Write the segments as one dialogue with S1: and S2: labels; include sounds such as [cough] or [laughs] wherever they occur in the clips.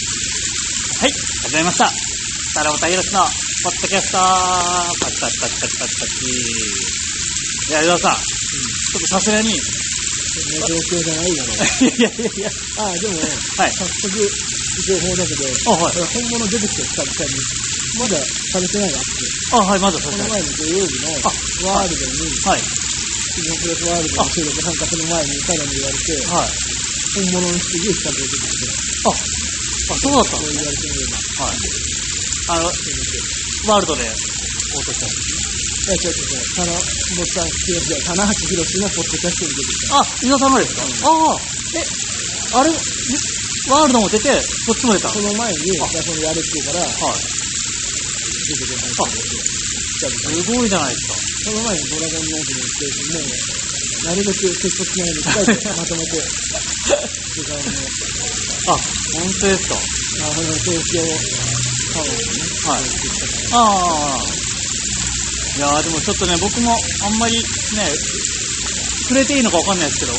S1: はい、始まりました。太郎太宏のポッドキャストパチパチパチパチパチパチ。いや、江田さん、ちょっとさすがに、い
S2: そんな状況じゃないだ
S1: やいや
S2: ろう。
S1: いや、
S2: [laughs] ああ、でも、
S1: はい。
S2: 早速、情報だけど、
S1: あ、はい。
S2: 本物出てきた久々に、まだされてないのあって、
S1: あ、はい、まださ
S2: こ
S1: すが
S2: の
S1: に。
S2: 前の土曜日のワールドに、
S1: はい、
S2: 日本プレスワールドの収録参加する前に、彼に言われて、
S1: はい。
S2: 本物のすげえ久々に出てきて、
S1: あ、あ、そうだった
S2: そう
S1: の
S2: 言われてみれば、
S1: はい。あの、ワールドで、落としたんです
S2: いや、違う違う違う、棚、ボタン、ひろし、棚橋ひろしのポッドキャストに出てきた。
S1: あ、伊沢さんのですか、ああ、え、あれ、ワールドも出て、こっちも出た。は
S2: そ
S1: い。
S2: の前に、じゃあそのやるって言うから、
S1: す
S2: 出てくださいって言って、久々に
S1: ごいじゃないですか。
S2: その前にドラゴンノートのステージも、なるべく接触しないように控えてまとめて、時間の、
S1: あ、本当ですか。
S2: あの、東京タワーをね、
S1: はい
S2: やってきたから
S1: ああ。いやーでもちょっとね、僕もあんまりね、触れていいのかわかんないですけど、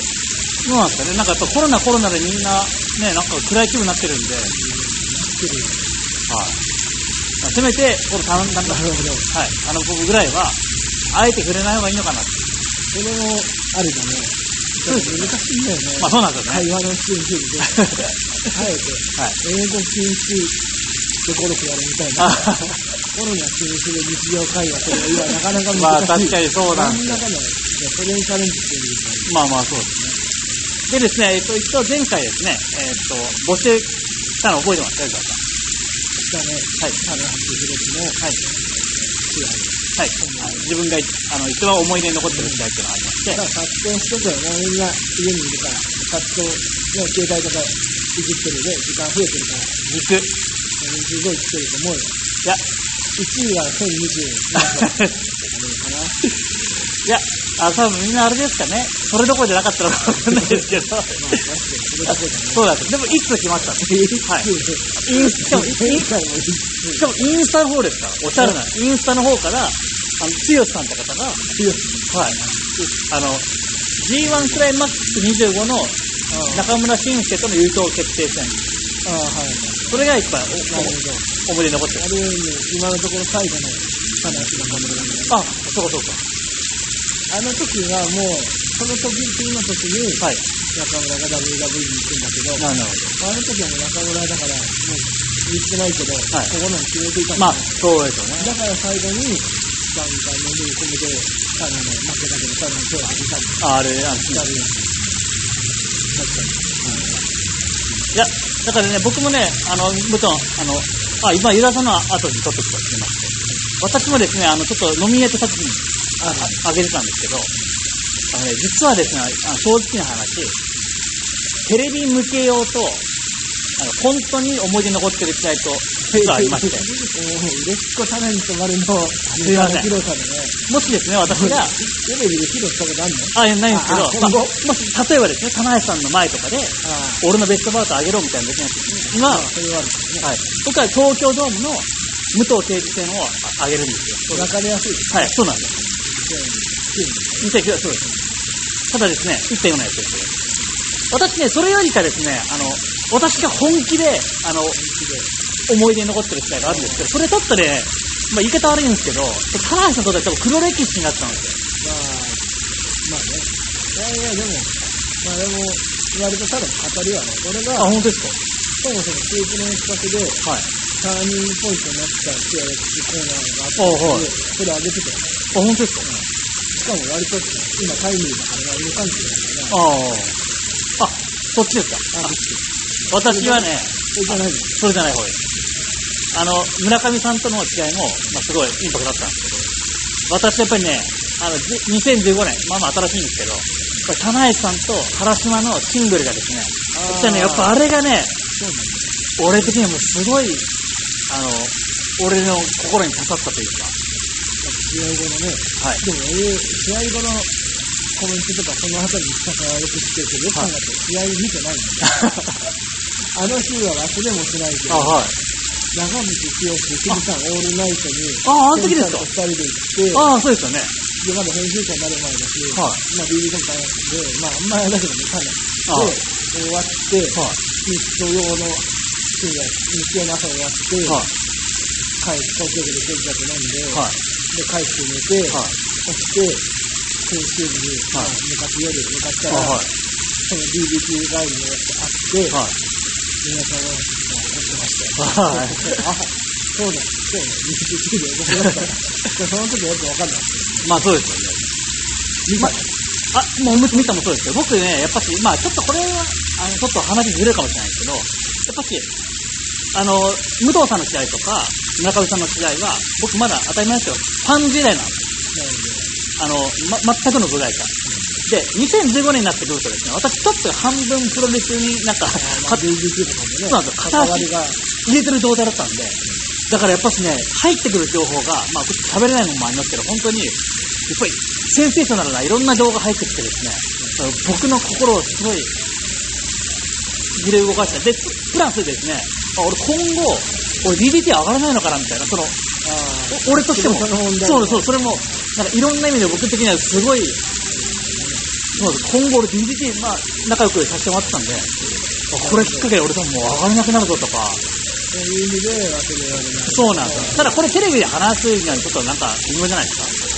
S1: どうなんですかね、なんかやっぱコロナコロナでみんな、ね、なんか暗い気分になってるんで、はい。
S2: 来てるよ。
S1: まあせめて、このたなんか、
S2: なるほど。
S1: はい、あの僕ぐらいは、あえて触れない方がいいのかなって。
S2: それも、あれだね。
S1: そうですね
S2: 難しいんだよね。
S1: まあそうなんですよね。
S2: 会話のシーンシーンで、あえて、
S1: はい。
S2: 英語禁止どこどこやるみたい
S1: あ
S2: な、コロナ禁止で日常会話とか、今なかなか難し
S1: [laughs]
S2: い。
S1: まあ確かにそうなん
S2: 真
S1: ですよ
S2: ん中の、じゃあそれにチャレンジしてみるか
S1: まあまあそうですね。でですね、えっと、一応前回ですね、えっと、募集したの覚えてますか江川さん
S2: だね。
S1: はい。
S2: 棚橋ひろしの、
S1: はい。
S2: 支配。
S1: はい。あの自分があの一番思い出に残ってる時代っていうのがありまして、
S2: まあ、葛藤してたよね。みんな家にいるから。葛藤、ね、携帯とかいじってるで、時間増えてるから。
S1: 肉。い
S2: すごい来てると思うよ。
S1: や、
S2: 1位は1020。あれかな。
S1: いや、あ、多分みんなあれですかね。それどころじゃなかったのかわかんないですけ [laughs] ど。
S2: まあ、確かに、それだけじゃない。
S1: そうなんです。でも、いつ来ましたね。はい。インスタ、イン
S2: 前
S1: し
S2: 回も一
S1: かもインスタの方ですから、おしゃれな。インスタの方から、あの、つよしさんって方が、はい。
S2: 位よ。
S1: あの、G1 クライマックス25の
S2: あ
S1: 中村俊介との優勝決定戦。
S2: あ、ああはい。
S1: それが一番
S2: なるほど。
S1: お思い出に残ってる
S2: あ。れよりも今のところ最後の話のものだね。
S1: あ、そうかそう
S2: あの時はもう、その時って今の時に、
S1: か。はい。
S2: 中村が WWE に行くんだけど、
S1: なるほど。
S2: あの時はもう中村だから、もう言ってないけど、
S1: はい
S2: 心に決めていたんだ
S1: まあ
S2: ね、
S1: そうですよね。
S2: だから最後に、バンバンのめり込みで、あの、負けたけど、ただの手を上げたり、
S1: ああれ、あの、い
S2: したり、確かに。
S1: や、だからね、僕もね、あの、もちろん、あの、あ、今、ユダさんの後に撮ってきたってまして、私もですね、あの、ちょっとノミネート作品
S2: あの、
S1: ああげてたんですけど、あのね、実はですね、あの正直な話、テレビ向け用と、あの、本当に思い出に残ってる機体と、実はありまして、
S2: [laughs] もう、売れっ子タレント丸の、す
S1: いません
S2: 広さでね、
S1: もしですね、私が、
S2: テレビで披露したことあるの
S1: あ、いやないんですけど
S2: ああ、
S1: まあ
S2: 今後
S1: もし、例えばですね、棚橋さんの前とかで、
S2: あ
S1: 俺のベストバウトあげろみたいなのできないです今、
S2: あ、それはあるんですね。
S1: はい。僕は東京ドームの武藤敬司戦をあげるんですよ。
S2: わかりやすいです
S1: はい、そうなんです。
S2: ね。
S1: 2009はそうです。ただですね、1.4のやつですよ。私ね、それよりかですね、あの、私が本気で、あの、思い出に残ってる機会があるんですけど、それちょっとね、まあ言い方悪いんですけど、棚橋さんにとっては多分黒歴史になったんですよ。
S2: まあ、まあね。いやいや、でも、まあでも、割とただの語りはね、これが、
S1: あ、本当です
S2: そもそも中プロの企画で、
S1: かはい。
S2: ターニングポイントになったってやるコーナーがあって、
S1: おうおう
S2: それ上げてたよね。
S1: あ、本当ですか
S2: しかも割と今タイムリーだからね、無関係だからね。
S1: ああ。あ、そっちですか
S2: あ、びっくり。
S1: 私はね、
S2: それじゃないの
S1: それじゃない方がいい。あの、村上さんとの試合も、まあ、すごいインパクトだったんですけど、私やっぱりね、あの、じ2015年、まあまあ新しいんですけど、これ、田内さんと原島のシングルがですね、そしたらね、やっぱあ
S2: れ
S1: れがね、
S2: そうなん
S1: 俺的にはもうすごい、あの、俺の心に刺さったというか、
S2: 試合後のね、
S1: はい。
S2: でもああいう試合後のコメントとかその辺りにしたからよく知ってるけど、よく考えたら試合見てないんだ
S1: [laughs]
S2: よ。あの日は忘れもしないけど、
S1: はい。
S2: 長渕剛、富士山オールナイトに、
S1: あ、あの時ですか
S2: ケンちゃんと二人で行って、
S1: ああ、そうですよね。
S2: で、まだ編集者になる前だし、
S1: はい
S2: まあ BB コンパなんで、まああんまりあれだけどね、かなり。
S1: ああ
S2: で、終わって、
S1: はい。
S2: 日曜の深夜、日曜の朝にやって、
S1: はい。
S2: 帰る、東京でケーキだけ飲んで、
S1: はい。
S2: で、帰って寝て、
S1: はい。
S2: 起きて、先週に、
S1: はい
S2: 向かって夜に向かった
S1: は
S2: ら、
S1: い。
S2: その BBQ 帰りのやつあっ
S1: はい。
S2: て、皆さんは、怒ってましたよ。
S1: はい。
S2: あ、そうだ、そうだ、BBQ で怒ってました。その時はよくわかんない。
S1: [laughs] まあそうですよね。
S2: 今、
S1: あ、もうむ見たもそうですけど、僕ね、やっぱし、まあちょっとこれは、あの、ちょっと話ずれるかもしれないですけど、やっぱし、あの、武藤さんの試合とか、村上さんの試合は、僕まだ当たり前ですけど、ファン時代なんです。
S2: なので、
S1: あの、ま、全くの部外者。で、2015年になってくるとですね、私ちょっと半分プロレスになんか、 [laughs]
S2: まあ、BBQ とかもね、
S1: そうなんですよ
S2: 関わりが、
S1: 入れてる状態だったんで、だからやっぱしね、入ってくる情報が、まあ、喋れないのもありますけど、本当に、やっぱり、センセーショナルないろんな情報が入ってきてですね、僕の心をすごい、揺れ動かして、で、プラスですね、あ俺今後、俺 DBT 上がらないのかなみたいな、その、
S2: ああ
S1: お俺としても、
S2: その問題
S1: そうそう、それも、なんかいろんな意味で僕的にはすごい、そうです今後俺 DDT、まあ、仲良くさせてもらってたんで、あこれきっかけで俺多分もう上がれなくなるぞとか、
S2: そういう意味で忘れられない。
S1: そうなんですよ。ただこれテレビで話すにはちょっとなんか微妙じゃないですか。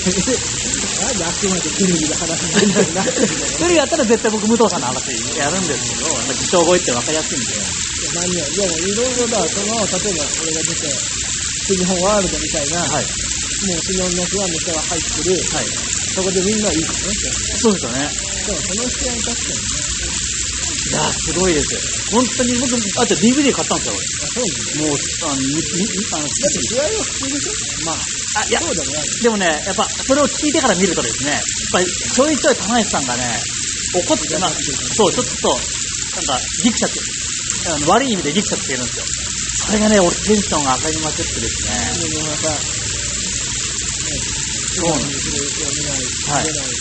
S2: なんであくまでテレビで話してるんだよなってんだよ。
S1: [laughs] テレビやったら絶対僕武藤さんの話やるんですけど、やっぱ自称声って分かりやすいんで。
S2: 何よ。でもいろいろだ、その、例えば俺が出て、新日本ワールドみたいな、
S1: はい。
S2: もう新日本のファンの人が入ってる、
S1: はい。
S2: そこでみんなはいいかなって。
S1: そうですよね。
S2: でもその試合確かにね、
S1: いやー、すごいですよ。本当に僕、あと DVD 買ったんですよ、
S2: あそうな
S1: 俺。
S2: んだよ。
S1: もう、あの、みみあの、
S2: だって試合は普通でしょまあ、
S1: あ、いや、
S2: そうでもない。
S1: でもね、やっぱ、それを聞いてから見るとですね、やっぱり、ちょいちょい玉井さんがね、怒ってな、そう、ちょっと、なんか、ギクシャク、あの悪い意味でギクシャクしてるんですよ。それがね、俺テンションが上がりまくってですね。
S2: でもまた、ね、
S1: そうなん
S2: に
S1: です
S2: る影響を見ない、
S1: はい
S2: 出ない、う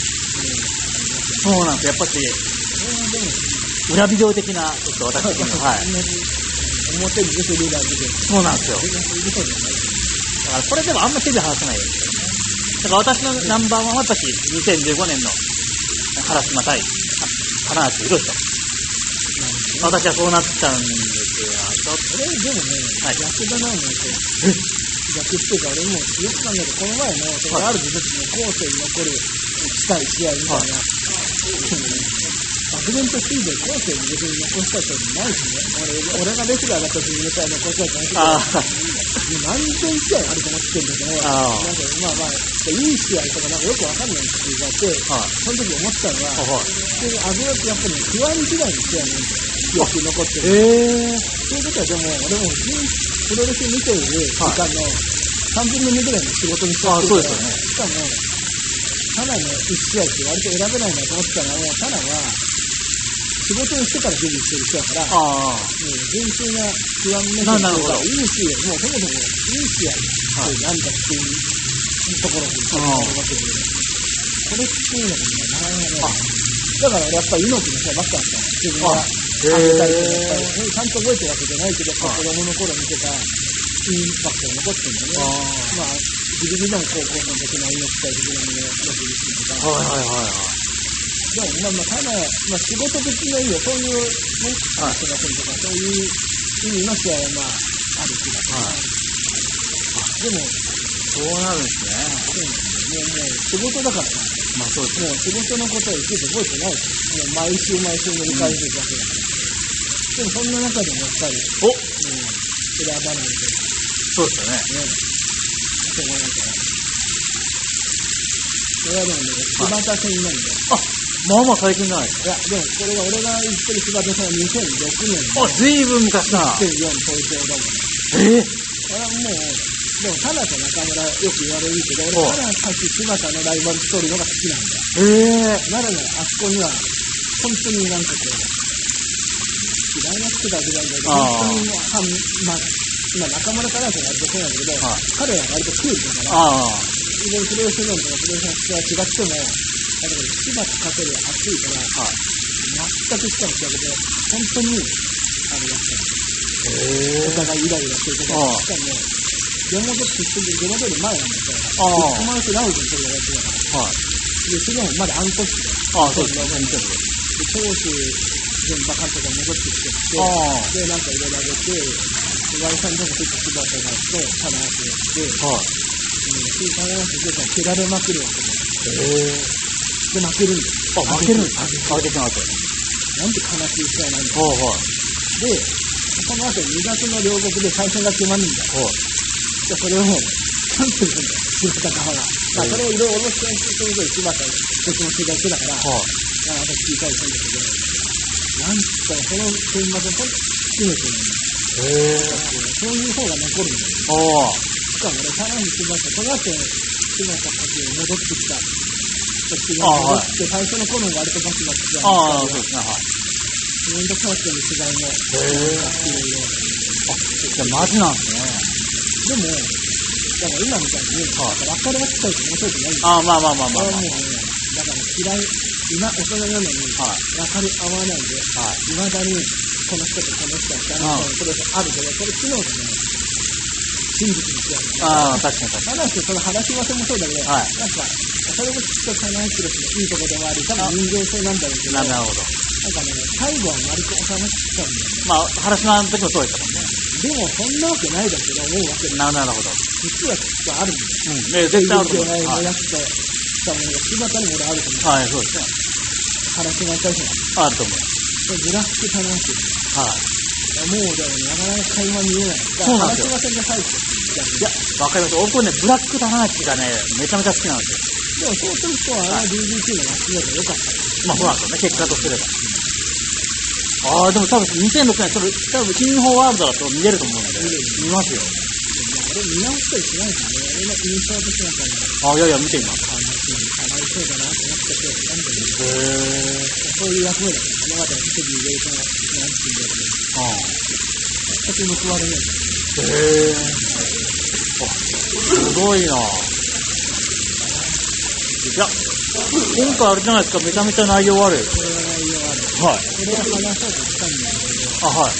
S1: そうなんですよ。やっぱし、
S2: ん、それはでも、
S1: 裏ビデオ的な、ちょっと私的には。はい。
S2: 表に出てリーダー出てる。
S1: そうなんですよ。
S2: それがそういうことじゃない。
S1: だから、これでもあんま手で話さないですけどね。だから、私のナンバーワンは、私、2015年の、原島対、花橋宏と。私はそうなったんですよ。ちょっと
S2: 俺、でもね、
S1: はい
S2: 逆だな、もう。逆っていうか、俺もうよく考えて、この前の、そのある時の後世に残るしたい試合みたいな、漠然としていいで後世に別に残したいってないしね。俺、俺がレスラーだった時に別に残したいって
S1: あ
S2: ないけど、何千試合あると思ってんだけど、
S1: あ
S2: なんか、まあまあ、いい試合とかなんかよくわかんないっていうのがあって、
S1: あ、はい。
S2: その時思ったのは、
S1: あはい。
S2: 普通にアグロってやっぱり不安時代の試合なんだよ。記憶に残ってる。
S1: ええ
S2: ということはでも、俺もプロレス見ている時間の3分の2ぐらいの仕事にして
S1: あそうですよね
S2: しかも、タナの1試合って割と選べないなと思ってたのは、タナは仕事をしてから準備してる人だから、もう
S1: あ
S2: 純粋な不
S1: な
S2: 安の
S1: なるほど
S2: いい試合、もうそもそもいい試合ってなんだっていうところに立ち上がるわけで、これっていうのがね、なかなかね、だから俺やっぱり猪木の試合ばっかだったの自分が。
S1: あ、
S2: あげたりと
S1: え
S2: か
S1: え
S2: ちゃんと覚えてるわけじゃないけど、やっぱ子供の頃見てたインパクトが残ってるんだね。
S1: あ
S2: まあ、ギリギリでも高校の時の命体的なものが残ってると
S1: あ、
S2: か、
S1: はいはいはいはい。
S2: でもまあまあ、ただ、まあ仕事的にはいいよ、そういうね、
S1: はい
S2: 人が来るとか、そういう意味の試合はまあ、ある気がする。
S1: はい
S2: でも、
S1: そうなるんですね。
S2: そうなんだよね、もう仕事だからさ、
S1: まあそうですね。
S2: もう仕事のことを一つ覚えてないし、もう毎週毎週乗り返していくわけだから。でもそんな中でもやっぱり、
S1: お
S2: うん、選ばないと。
S1: そうですよね。
S2: ね、しょうがないから。
S1: あ、
S2: それはでもね、柴田戦なんだよ。
S1: まあまあ最近じゃないです
S2: いや、でもこれが俺が言ってる柴田戦は2006年
S1: か。あ、ずいぶん昔だな。
S2: で、2004東京
S1: え
S2: ドーム。
S1: え
S2: これはもう、でも、タナと中村よく言われるけど、俺
S1: お、
S2: タナたち柴田のライバルストーリーのが好きなんだよ。
S1: ええ
S2: ならね、あそこには、本当になんかこう、嫌いな人だけなんだけど、
S1: あー
S2: 本当にもう、はんまあ、今中村タナとやるとそうなんだけど、
S1: はい
S2: 彼らは割とクールだから、
S1: ああ、
S2: 全然プロレス理論とかプロレスの試合は違っても、だけど、柴田かける熱いから、
S1: はい。
S2: 全くしかも違うけど、本当に、あの、やっ
S1: え
S2: てお互いイライラしてるけど、しかも、山本って結局山本より前なんだから、
S1: ああ
S2: 山本直人の時がやってたから、
S1: はい。
S2: で、それもまだアンコッチだよ。
S1: ああ、そうです
S2: ね。
S1: ね。
S2: で、長州、全部バカンとか戻ってきて
S1: ああ
S2: て、で、なんかいろいろあげて、おばあさんにも結構素晴らしいと、棚橋をして、うん、
S1: はい。
S2: 棚橋をして、蹴られまくるわ
S1: へ
S2: け
S1: え。
S2: で、で負けるんですよ。
S1: あ、負けるんです
S2: 負
S1: 負け
S2: ける
S1: てなかった。
S2: なんて悲しい試合なん
S1: は
S2: だ。
S1: いはい。
S2: で、その後2月の両国で対戦が決まるんだ。
S1: はい。
S2: で、それを、キャンプするんだよ、柴田側が。まあ、それをいろいろ面白いしてるけど、柴田、こっちも取材してたから、あ
S1: はい。
S2: の私聞いたりするんだけど、なんつったら、その選抜を締めてるんだ
S1: へえ。
S2: そういう方が残るんだよ。
S1: ああ。
S2: しかもね、さらに柴田、その後、柴田たちに戻ってきた。こっちに
S1: ああ
S2: 戻
S1: はい
S2: って、最初の頃も割とバキバキして
S1: ああ、そうですね。はい。
S2: 自分とキャンプの取材も、
S1: へえ。
S2: いろいろ。
S1: じゃあマジなんですね。
S2: でも、だから今みたいに、
S1: はい
S2: なんか別れが来たり面白くないんだよ。
S1: ああ、まあまあまあまあ、
S2: これ
S1: ま
S2: はもうね、だから嫌い、今大人なのに、
S1: あ。はい。
S2: 別れ合わないで、
S1: はい。
S2: いまだにこの人とこの人は誰
S1: ああ
S2: かそれとあるけど、これ機能じゃない。真実に違うよね。
S1: ああ、確かに確か
S2: ただし、その話し合わせもそうだけど、
S1: はい
S2: なんか、それもきっと金井博士のいいとこでもあり、多分人間性なんだろうけ
S1: に。な
S2: ど、なんか
S1: るほど。
S2: ね、最後は割と収まっちゃうんだよね。
S1: まあ、原島の時もそうでしたもんね。
S2: でも、そんなわけないだろうけど、思うわけ。
S1: ななるほど。
S2: 実はきっとあるんだ
S1: うん。え
S2: よ。
S1: 絶対あると思いま
S2: は
S1: す。
S2: い。
S1: は
S2: やつと、しかも、柴田にも俺あると思う。
S1: い。はい、そうですね。
S2: 話し合いたいし、
S1: あると思います。
S2: グラフィック話して
S1: はい。
S2: もうでもなかなか会話見えない。
S1: そうなんですよ
S2: 話し合いが最後。
S1: いや、わかります。僕ね、ブラック棚橋がね、めちゃめちゃ好きなんですよ。
S2: でもそうすると、あの DDT の集めが良かった。
S1: まあそうなんですよね、結果とすれば。ああ、でも多分2006年、それ、多分金宝ワールドだと見れると思うんで、見ますよ。
S2: 俺見直したりしないからね。俺の印象としてなんかね、
S1: ああ、いやいや、見てみます。
S2: あの、かわいそうだなと思ってて、なんだろう。
S1: へえ。
S2: そういう役目だから、今までは特に入れるから、なんていうんだろう。
S1: あ
S2: 全く報われない。
S1: あ。へえ。あ、すごいな。いや、今回あれじゃないですか、めちゃめちゃ内容悪い。
S2: これは
S1: はい。
S2: 内容ある。これは話そうとしたんだけど、
S1: あ、はい。
S2: まあ、あ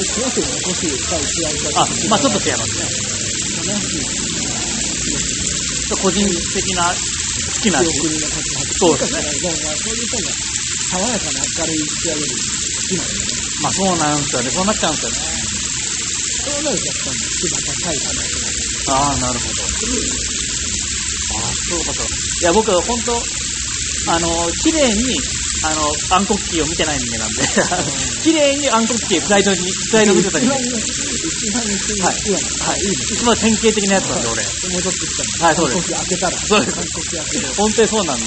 S2: いつよく残し、一回試合
S1: あ、まあちょっ
S2: と、
S1: と違いますね。
S2: 話す
S1: ちょっと個人的な、好きな
S2: 記憶に残って
S1: そうです
S2: ます
S1: ね。
S2: だからまあそういう人が、爽やかな明るい試合より好きなんだよね。
S1: まあそうなんですよね、そうなっちゃうんですよね。
S2: そうなるとやっぱり、柴田対花と
S1: あ
S2: か、
S1: あ、なるほど。ああ、そうかそうか。いや、僕、本当あの、綺麗に、あの、暗黒期を見てない人間なんで、 [laughs] 綺麗に暗黒期をスライドに、スライド見てた
S2: 一
S1: 人間
S2: 番、一番一番好きなの。はい、いいね。
S1: 一番典型的なやつなんで、俺。
S2: 戻ってきたの。
S1: はいそうです
S2: 韓国開けたら。
S1: そうです
S2: 韓国開けて。
S1: 本当にそうなんで。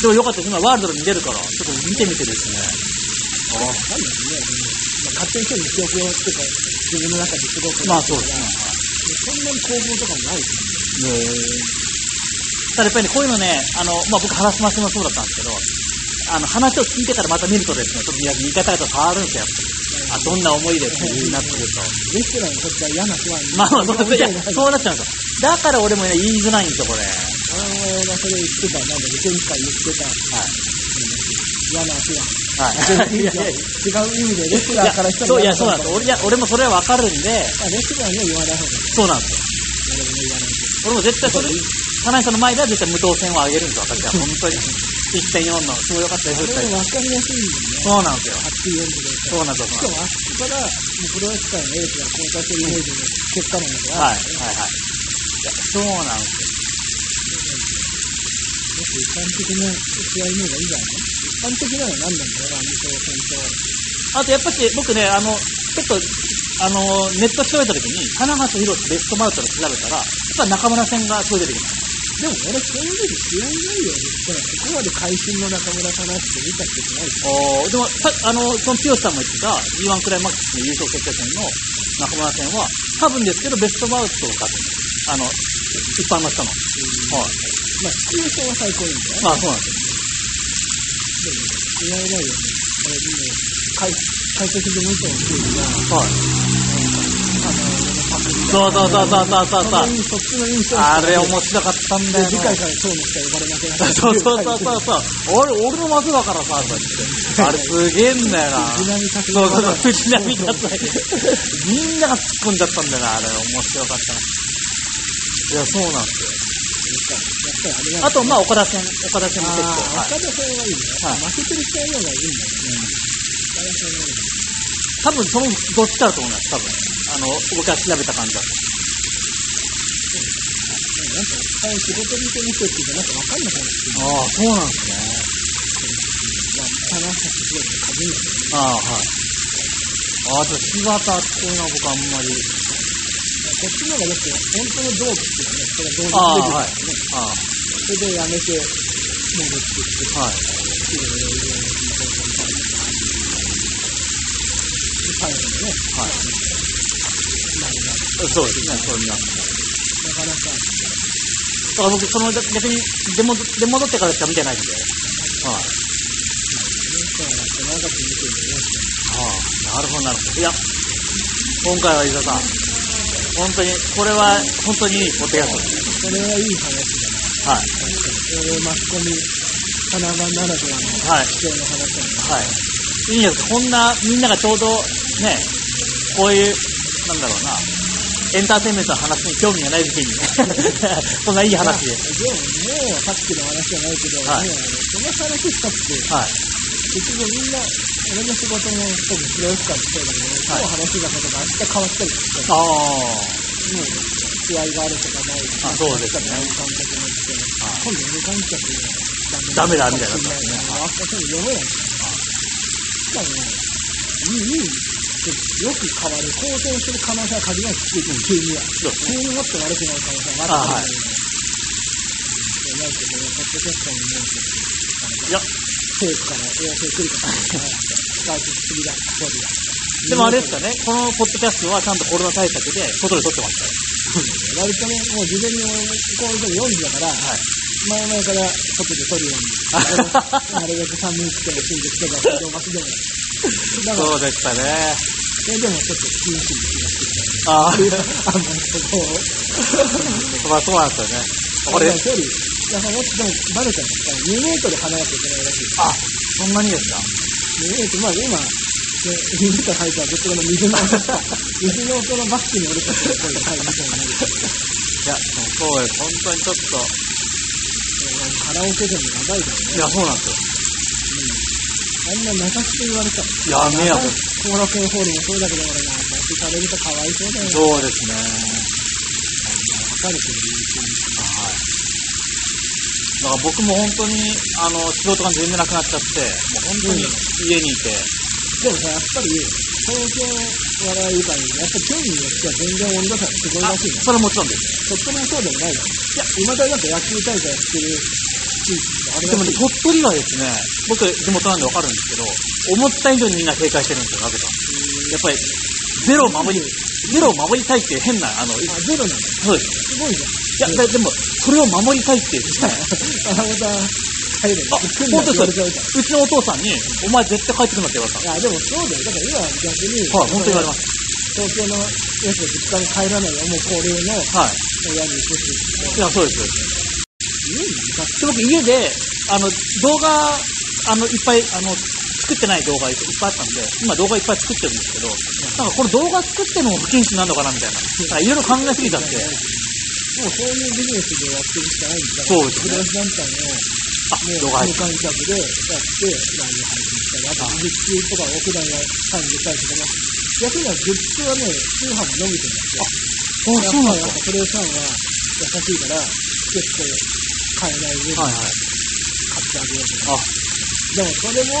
S1: でもよかったです。今、ワールドで見れるから、ちょっと見てみてですね。
S2: なんだろうね。まあ、勝手に一人の記憶をつけて、自分の中ですごく。
S1: まあそうですね。
S2: そんなに興奮とかもないし。
S1: へただやっぱりね、こういうのね、あの、まあ、僕、原島氏もそうだったんですけど、あの、話を聞いてからまた見るとですね、ちょっとやっぱ言い方が変わるんですよ、やっぱり。あ、どんな思いでっていう風になってくると。
S2: レストランにとっては嫌な不安
S1: まあまあ、そうですねいや
S2: あ
S1: そうなっちゃうんですよ。だから俺もね、言いづらいんですよ、これ。はい。
S2: のまあそれ言ってた、なんだろう、前回言ってた、嫌な不
S1: は
S2: 安。
S1: い。
S2: 違う
S1: いや
S2: 意
S1: い
S2: 味
S1: やいや
S2: で、レスラーからした
S1: [laughs] そ
S2: ら
S1: ういや、そうなんですよ。俺いや俺もそれはわかるんで、
S2: まあレスラーには言わない方がいい。
S1: そうなんですよ。
S2: 誰も言わないけ
S1: 俺も絶対それ
S2: そう、
S1: 田中さんの前では絶対無糖線を上げるんですよ、私は。本当に。1.4の、すごい良かったです
S2: ど。
S1: 絶
S2: それ
S1: 対
S2: も分かりやすいんだよね。
S1: そうなんですよ。
S2: はっきり読んでく
S1: そうなんですよ
S2: し。かも、あそこから、もうプロレス界のエースが交代するイメージの結果なんだから、
S1: はい、
S2: よ
S1: はい、はい。そうなんですよ。
S2: く一般的な試合の方がいいんじゃないの一般的なのは何なんだろう、アンミと戦
S1: あとやっぱし、僕ね、あの、ちょっと、あの、ネット調べた時に、金橋博士ベストバウトで調べたら、やっぱ中村戦がすごい出てきまし
S2: でも俺、正直試合内容で言ったら、ここまで会心の中村話って見たことないし、
S1: た。おーでも、さあの、その剛さんも言ってた G1 クライマックスの優勝決定戦の中村戦は、多分ですけどベストバウトを勝つ。あの、一般の人の。はい。
S2: まあ、シチュエーションは最高いいんだよ。
S1: あ、そうなんですよ。
S2: でも、試合内容ね、あれでも、解解説で見てほしいが、
S1: はい。
S2: あの、パクリだ
S1: そうそうそうそうそうそう
S2: そのそっちの印象
S1: あれ面白かったんだ
S2: で
S1: よな。
S2: 次回から今日の人呼ばれなくなった。
S1: そうそうそうそうそう。俺、俺の枠だからさ、とか言って。あれすげえんだよな。
S2: 藤波達
S1: そう
S2: 郎
S1: そうそう、藤波
S2: そうそう
S1: 達也。みんなが突っ込んじゃったんだよな、あれ。面白かったな。いや、そうなんですよ。
S2: やっぱりあれ
S1: あと、まあ、岡田戦、岡田戦も結構。
S2: あ
S1: はい
S2: ー岡田さんはいいね。
S1: はい
S2: 負けてる試合の方がいいんだよね。岡田さんの方がいい
S1: 多分、その、どっちかだと思います、多分。あの、僕が調べた感じだと。
S2: なんか、一般仕事向けの人っていうか、なんかわかんなくなってきてる
S1: ああ、そうなんですね。
S2: まあ、話してすごい限るんだけど、
S1: ああ、はい。ああ、ちょっと柴田っていうのは僕あんまり。
S2: こっちの方がよく、本当の同期っていうかね、それ
S1: ああ、
S2: は同
S1: は
S2: 期
S1: い
S2: っていうか
S1: あ
S2: ね、。それでやめて、戻ってきて、
S1: あ、はい。
S2: っていうのがいろいろな方法になるのかなで最後のね、
S1: はい。
S2: なるほ
S1: そうですね、そうですね。
S2: どなかな
S1: だ
S2: か、
S1: から僕、その、逆に、出戻出戻ってからしか見てないんで。はい。
S2: そうやって長く見てるのよし
S1: ああ、なるほど、なるほど。いや、今回は伊沢さん、本当に、これは本当にいいポッドキャストですね。
S2: これはいい話だな。
S1: はい。
S2: えーマスコミ、神奈川ならではの
S1: はい。
S2: 視点の話なんだ。
S1: はい。いいんですこんな、みんながちょうど、ね、こういう、なんだろうな、エンターテインメントの話に [laughs] 興味がない時期に、こんないい話で。
S2: でも、もうさっきの話じゃないけど、
S1: はい
S2: もうあのその話したって、
S1: はい。
S2: 結局みんな、俺の仕事もそうです、広吉さんもそうだけど、今
S1: はい
S2: 日話したことが明日変わったりして、
S1: あ
S2: もう、試合があるとかないとか、
S1: あそうですね
S2: 観客もって、
S1: はい
S2: 今度無観客で
S1: ダメだみたいな
S2: ダメだみたいな。あ、そう読めない。しかもね、いい、いい、よく変わる、好転する可能性は限らないし、急には。
S1: そうです
S2: 急にもっと悪くなる可能性はまだある
S1: いや、
S2: けど、ないけど、ポッドキャストにもうちょっと、政府から要請来るかもしれない。使うし、次だ、ゴリだ。
S1: でもあれですかね、このポッドキャストはちゃんとコロナ対策で、外で撮ってますか
S2: 割とね、もう事前に俺、こういう時40だから、
S1: ら。はい。
S2: 前々からホテル取るように、なるべく寒いくて、死んできてから、動画すでも。だ
S1: そうで
S2: から、
S1: したね。
S2: それでもちょっと禁止気がしてき
S1: ああ、
S2: た。あんまりそこ
S1: ま
S2: を。
S1: あそうなんですよね。これ
S2: だから、距離、いや、もしでもバレたんですから、2メートル離れなきゃいけないらしい。
S1: あ、そんなにですか
S2: 2メートル、まあ今、ね2メートル入ったらずっとこの水の音が、水の音のバックに俺たちの声が入るみたいになる。
S1: いや、そうです。本当にちょっ
S2: カラオケでもやばいだろう
S1: と。
S2: ね
S1: い。や、そうなんですよ。
S2: あんな泣かして言われた
S1: やめや
S2: 後楽園ホールもそうだけど、俺な、泣かされるとかわいそうだよね。わ
S1: そうですね。
S2: かるけど、
S1: はい。だから僕も本当に、あの、仕事が全然なくなっちゃって、もう本当に家にいて、
S2: でもさ、やっぱり、東京の笑い以外に、やっぱり興味によっては全然温度差がすごい
S1: あ
S2: らしいな。
S1: それはもちろんです。
S2: とってもそうでもないだろ。いや、今だになんか野球大会やってる地域ってあれ
S1: でも
S2: らし
S1: ね、
S2: いよ。
S1: 鳥取はですね、僕地元なんでわかるんですけど、思った以上にみんな警戒してるんですよ、なぜか。やっぱり、ゼロを守り、ゼロを守りたいっていう変な、あの、
S2: あ、ゼロなんだ。
S1: そうです。
S2: すごいじゃん。
S1: いや、だでも、それを守りたいって [laughs] いうですね。
S2: あ、また、帰れ。
S1: あ、本当です
S2: よ。
S1: よ。うちのお父さんに、お前絶対帰ってくるなって言われたんで
S2: あ、でもそうだよ。だから今は逆に、
S1: す。はい、本当に言われまし
S2: 東京のやつは実家に帰らないよ。もう高齢の
S1: た。はい。
S2: 親に移し
S1: い
S2: て
S1: や、そうです。
S2: 家に向かって
S1: で僕家で、あの、動画、あの、いっぱい、あの、作ってない動画いっぱいあったんで、今動画いっぱい作ってるんですけど、なんかこの動画作ってるのも不謹慎なのかなみたいな。なんかいろいろ考えすぎちゃって。
S2: もうそういうビジネスでやってるしかないんだ
S1: そうですね
S2: フランス団体の
S1: あ、動画
S2: もう
S1: 配
S2: 無
S1: 信。
S2: 観客でやって、ライブ配信したり、あと
S1: あ
S2: グッズとか屋外は管理したりとかね。逆にはグッズはね、通販も伸びてるんですよ。
S1: あそうなんですか
S2: やっぱプレイさんは優しいから、チケット買えない分
S1: はい
S2: 買っ
S1: はい。
S2: てあげようと
S1: あ、
S2: か。でもそれも、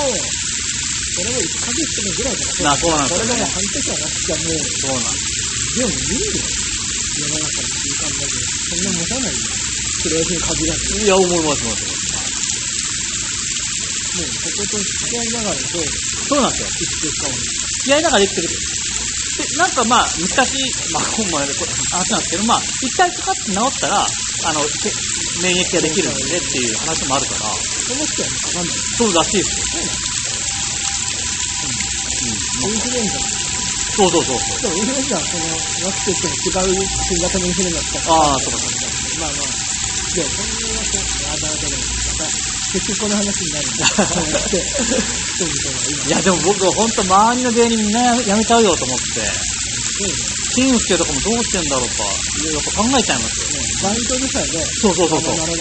S2: それも1ヶ月ぐらいか
S1: なそうなんですよ
S2: こ
S1: ね
S2: れがもう半年はなくちゃもう、
S1: そうなんです。
S2: でも見るよ。世の中の空間だけど、そんな持たないよ。プレイスに限らず。
S1: いや、思います、思います。
S2: もうそこと付き合いながらどう生き
S1: そうなんですよ。
S2: ていくかを
S1: 試合なんかできてる。で、なんかまあ、難しい、まあ、ほんまにこれ話なんですけど、まあ、一回かかって治ったら、あの、け免疫ができるんでっていう話もあるから、
S2: その人はかかんない。
S1: そうらしいですよ。
S2: インフルエンザ。
S1: そうそうそうそう。
S2: でもインフルエンザはその、ワクチンと違う新型のインフルエンザだった
S1: ああ、そうかそうか。
S2: まあまあ。でも、そんなわけ、あだだだまた、結局この話になるんだ。そうやって、人々が今、
S1: いや、でも僕、ほんと周りの芸人みんなやめちゃうよと思って、
S2: そうね。
S1: 俊介とかもどうしてんだろうか、いろいろ考えちゃいますよね。
S2: バイト自体で、
S1: そうそうそうそう。
S2: な
S1: はい。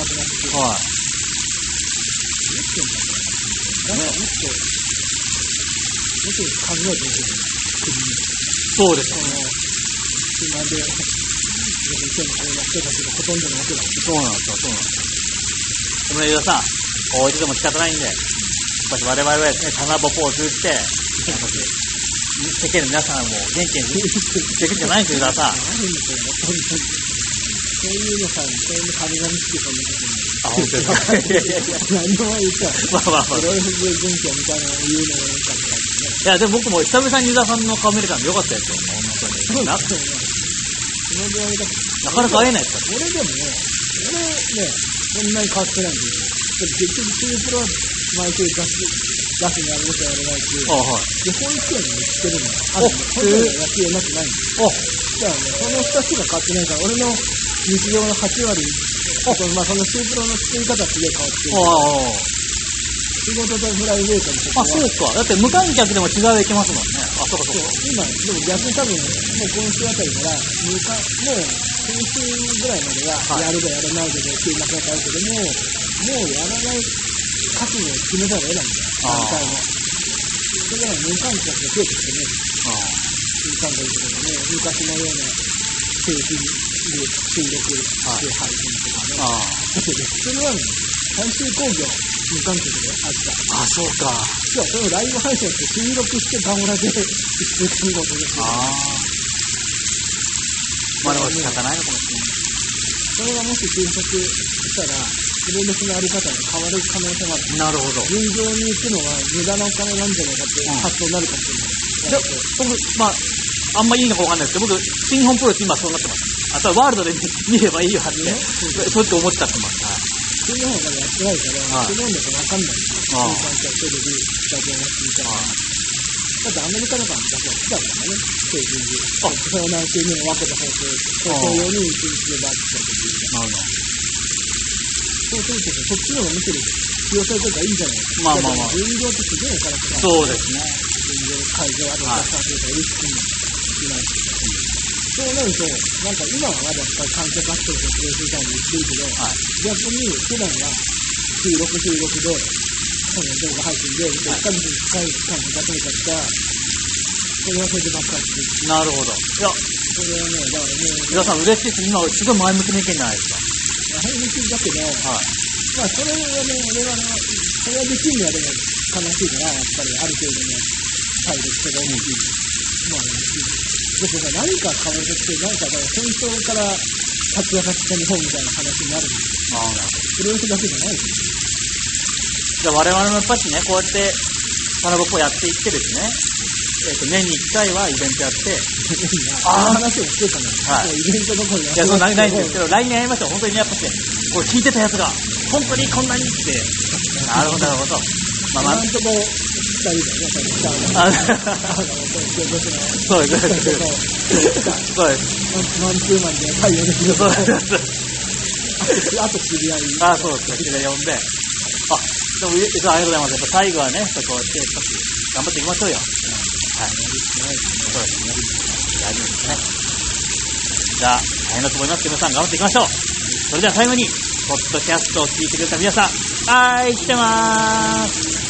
S2: れなくなって、なんかもっと、もっと考えてほしい。
S1: そうですよ
S2: その、
S1: ね。
S2: 今で、一生懸命やってたけど、ほとんどのわけだ。
S1: そうなんですよ、そうなんですよ。でもね、飯田さん、こう言ってても仕方ないんで、やっぱし我々はですね、棚ぼぽを通じて、世間の皆さんを元気にしていくんじゃないですよ、飯田さん。
S2: あるんですよ、本当に。そういうのさ、そういう壁紙つけたん
S1: あ本当
S2: だけど。
S1: です
S2: か何も言ったら、
S1: まあまあまあ
S2: い。ろいろ文化みたいなのを言うのもなんかね。
S1: [laughs] いや、でも僕も久々に湯田さんの顔見れたんでよかったですよ、本当に。な
S2: そのぐらいだか
S1: な
S2: ら
S1: かなか会えないですから。
S2: 俺でもね、俺ね、そんなに変わってないんだよ。でも結局、ツープロは毎週出す、出すにやることはやらないし、
S1: あはい。
S2: で保育園にも行ってるの。
S1: お
S2: あのね、保育園は野球うまくないんだよ。だからね、その2つが変わってないから、俺の日常の8割、あとまあそのツープロの作り方はすげえ変わってる。
S1: ああ。
S2: 仕事とプライベートのとこ
S1: あ、そうですか。だって無観客でも違うできますもんね。あ、そうか
S2: そ
S1: そう
S2: う
S1: か。
S2: 今、でも逆に多分、もう今週あたりから、入荷もう先週ぐらいまでは、
S1: はい
S2: やるかやらないかでっていう中だったけども、もうやらない覚悟を決めたらええなんだよ、
S1: あ
S2: 段
S1: ー
S2: 階も。だから無観客が増えてきてね、無観客でね、昔のような定期で収録して配信とかね。
S1: ああ。
S2: だってそれはね、最終工業、無観客であった。
S1: あ、そうか。
S2: 今日はそのライブ配信って収録してガンラで1週間後とですね
S1: ああ。まあでも仕方ないのかもしれない。
S2: それがもし検索したら、プロレスのあり方が変わる可能性もある。
S1: なるほど。
S2: 尋常に行くのは無駄なお金なんじゃないかっていう発想になるかもしれ
S1: じ
S2: な
S1: ゃ
S2: い。
S1: 僕、まあ、あんまいいのかわかんないですけど、僕、新日本プロレス今そうなってます。あとはワールドで見見ればいいよって、そうやって思っちゃってます。はい
S2: その方がやってないか
S1: は
S2: ら、
S1: い
S2: その方がわかんない。
S1: ああ
S2: 新幹線、テレビ、スタジオのやつみたいな。だってアメリカとかのだけは来たからね、成人に。
S1: あ
S2: 湘南新に分けた方向、
S1: ああ
S2: 東京用に一日でバーッとした時
S1: なるほど。
S2: そうすると、そっちの方がむしろ、要塞とかいいんじゃない
S1: まあまあまあ
S2: だって分業ってすげえお金かかる。
S1: そうですね。
S2: 会場あとお客さんというか、嬉しくもないそうなると、なんか今はまだやっぱり観客活動とプレイたいに言ってるけど、
S1: はい。
S2: 逆に普段は収録収録で、その動画配信で、1ヶ月に1回期間かかってたら、それはそれでばっかりしてる。
S1: なるほど。いや、
S2: それはね、だからね、
S1: 皆さん嬉しいです。今、すごい前向きな意見じゃないです
S2: 毎日だけど、
S1: か。はい。
S2: まあ、それはね、俺はね、それはできんのはでも悲しいから、やっぱりある程度ね、体力とか大きい。まあね、だってさ、何か変わるとして、なんかだから戦争から立ち上がった日本みたいな話になるんで
S1: あ
S2: す
S1: あ、なるほど。
S2: よ。プロレスだけじゃないですよ。
S1: じゃあ我々もやっぱしね、こうやって、サラボコやっていってですね、えっ、と、年に1回はイベントやって、い
S2: あの話をしてたの
S1: はい
S2: もうイベントどころじゃ
S1: や、そうないないんですけ
S2: ど。
S1: ど、来年やりましょう。本当にね、やっぱし、これ聞いてたやつが、本当にこんなに [laughs] って。なるほど、なるほど。まあま
S2: 今んとこ、二人だよね、これスターが。
S1: あ、あ
S2: あの、こういう仕事しない。
S1: そうです、そうです。そうです。
S2: マンマンツーマンで対応できる
S1: そうで
S2: あ
S1: す。
S2: とあと知り合い。
S1: あ、そうです。こちら呼んで。あ、でも、いつもありがとうございます。やっぱ最後はね、やっぱこうやって、やっぱし頑張っていきましょうよ。はい。そうですね。大丈夫ですね。じゃあ、大変だと思いますけど、皆さん頑張っていきましょう。それでは最後に、ポッドキャストを聞いてくれた皆さん、はい、来てまーす。